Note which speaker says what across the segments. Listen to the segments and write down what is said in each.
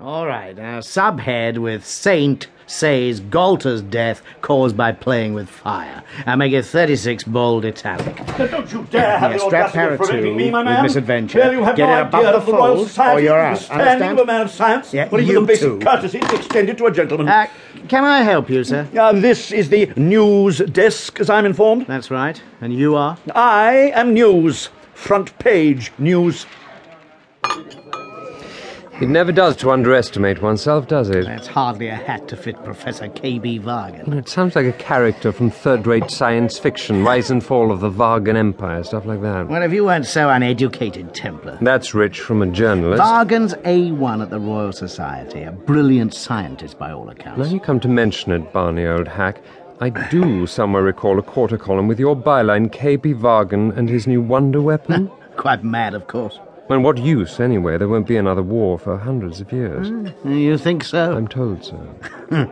Speaker 1: All right, now subhead with Saint says Galter's death caused by playing with fire. I make it 36 bold italic.
Speaker 2: Now, don't you dare have
Speaker 1: Yeah,
Speaker 2: the
Speaker 1: strap
Speaker 2: audacity
Speaker 1: para
Speaker 2: of prohibiting
Speaker 1: two
Speaker 2: me, my
Speaker 1: with
Speaker 2: man.
Speaker 1: misadventure.
Speaker 2: Well, you have
Speaker 1: Get
Speaker 2: no
Speaker 1: it
Speaker 2: idea
Speaker 1: above
Speaker 2: of the
Speaker 1: the
Speaker 2: Royal
Speaker 1: fold,
Speaker 2: Society,
Speaker 1: or you're
Speaker 2: the
Speaker 1: out.
Speaker 2: standing
Speaker 1: Understand?
Speaker 2: of a man of science,
Speaker 1: Yeah,
Speaker 2: or even
Speaker 1: you
Speaker 2: the basic
Speaker 1: too.
Speaker 2: courtesy extended to a gentleman.
Speaker 1: Uh, can I help you, sir?
Speaker 2: Now, this is the news desk, as I'm informed.
Speaker 1: That's right. And you are?
Speaker 2: I am news. Front page news.
Speaker 3: It never does to underestimate oneself, does it?
Speaker 1: That's hardly a hat to fit Professor K.B. Vargan.
Speaker 3: It sounds like a character from third rate science fiction, Rise and Fall of the Vargan Empire, stuff like that.
Speaker 1: Well, if you weren't so uneducated, Templar.
Speaker 3: That's rich from a journalist.
Speaker 1: Vargan's A1 at the Royal Society, a brilliant scientist by all
Speaker 3: Now
Speaker 1: accounts.
Speaker 3: you come to mention it, Barney, old hack. I do somewhere recall a quarter column with your byline, K.B. Vargan and his new wonder weapon.
Speaker 1: Quite mad, of course.
Speaker 3: and what use, anyway? There won't be another war for hundreds of years.
Speaker 1: You think so?
Speaker 3: I'm told so.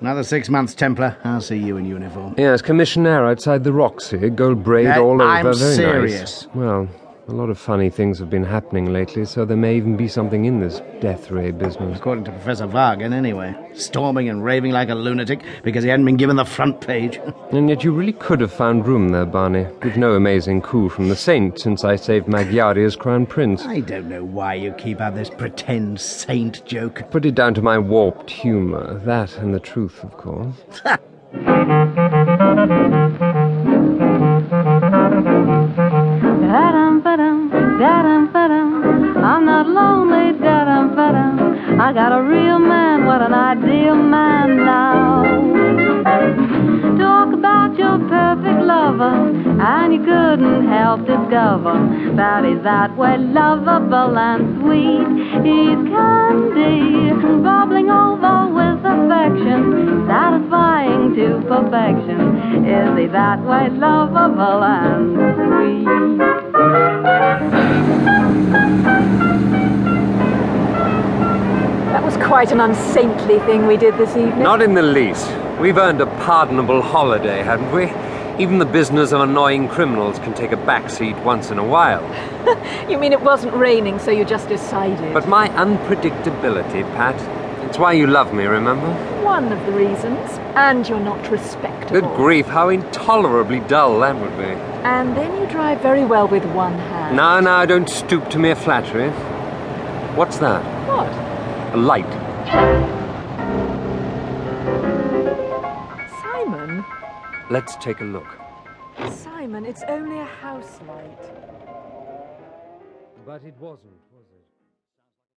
Speaker 1: Another six months, Templar. I'll see you in uniform.
Speaker 3: Yes, Commissionaire outside the Roxy, gold braid
Speaker 1: Yeah,
Speaker 3: all over.
Speaker 1: I'm
Speaker 3: Very nice.
Speaker 1: serious.
Speaker 3: Well, a lot of funny things have been happening lately, so there may even be something in this death ray business.
Speaker 1: According to Professor Vargan, anyway. Storming and raving like a lunatic because he hadn't been given the front page.
Speaker 3: And yet you really could have found room there, Barney, with no amazing coup from the saint since I saved Magyari as crown prince.
Speaker 1: I don't know why you keep up this pretend saint joke.
Speaker 3: Put it down to my warped humor. That and the truth, of course.
Speaker 4: Da-dum, ba-dum, da-dum, ba-dum. I'm not lonely, da-dum, ba-dum. I got a real man, what an ideal man now. Talk about your perfect lover, and you couldn't help discover that he's that way lovable and sweet. He's candy, bubbling over with affection, satisfying to perfection. Is he that way lovable and sweet?
Speaker 5: That was quite an unsaintly thing we did this evening.
Speaker 3: Not in the least. We've earned a pardonable holiday, haven't we? Even the business of annoying criminals can take a backseat once in a while.
Speaker 5: You mean it wasn't raining, so you just decided?
Speaker 3: But my unpredictability, Pat, it's why you love me, remember?
Speaker 5: one of the reasons. And you're not respectable.
Speaker 3: Good grief, how intolerably dull that would be.
Speaker 5: And then you drive very well with one hand.
Speaker 3: Now, now, don't stoop to mere flattery. What's that?
Speaker 5: What?
Speaker 3: A light.
Speaker 5: Simon?
Speaker 3: Let's take a look.
Speaker 5: Simon, it's only a house light.
Speaker 3: But it wasn't.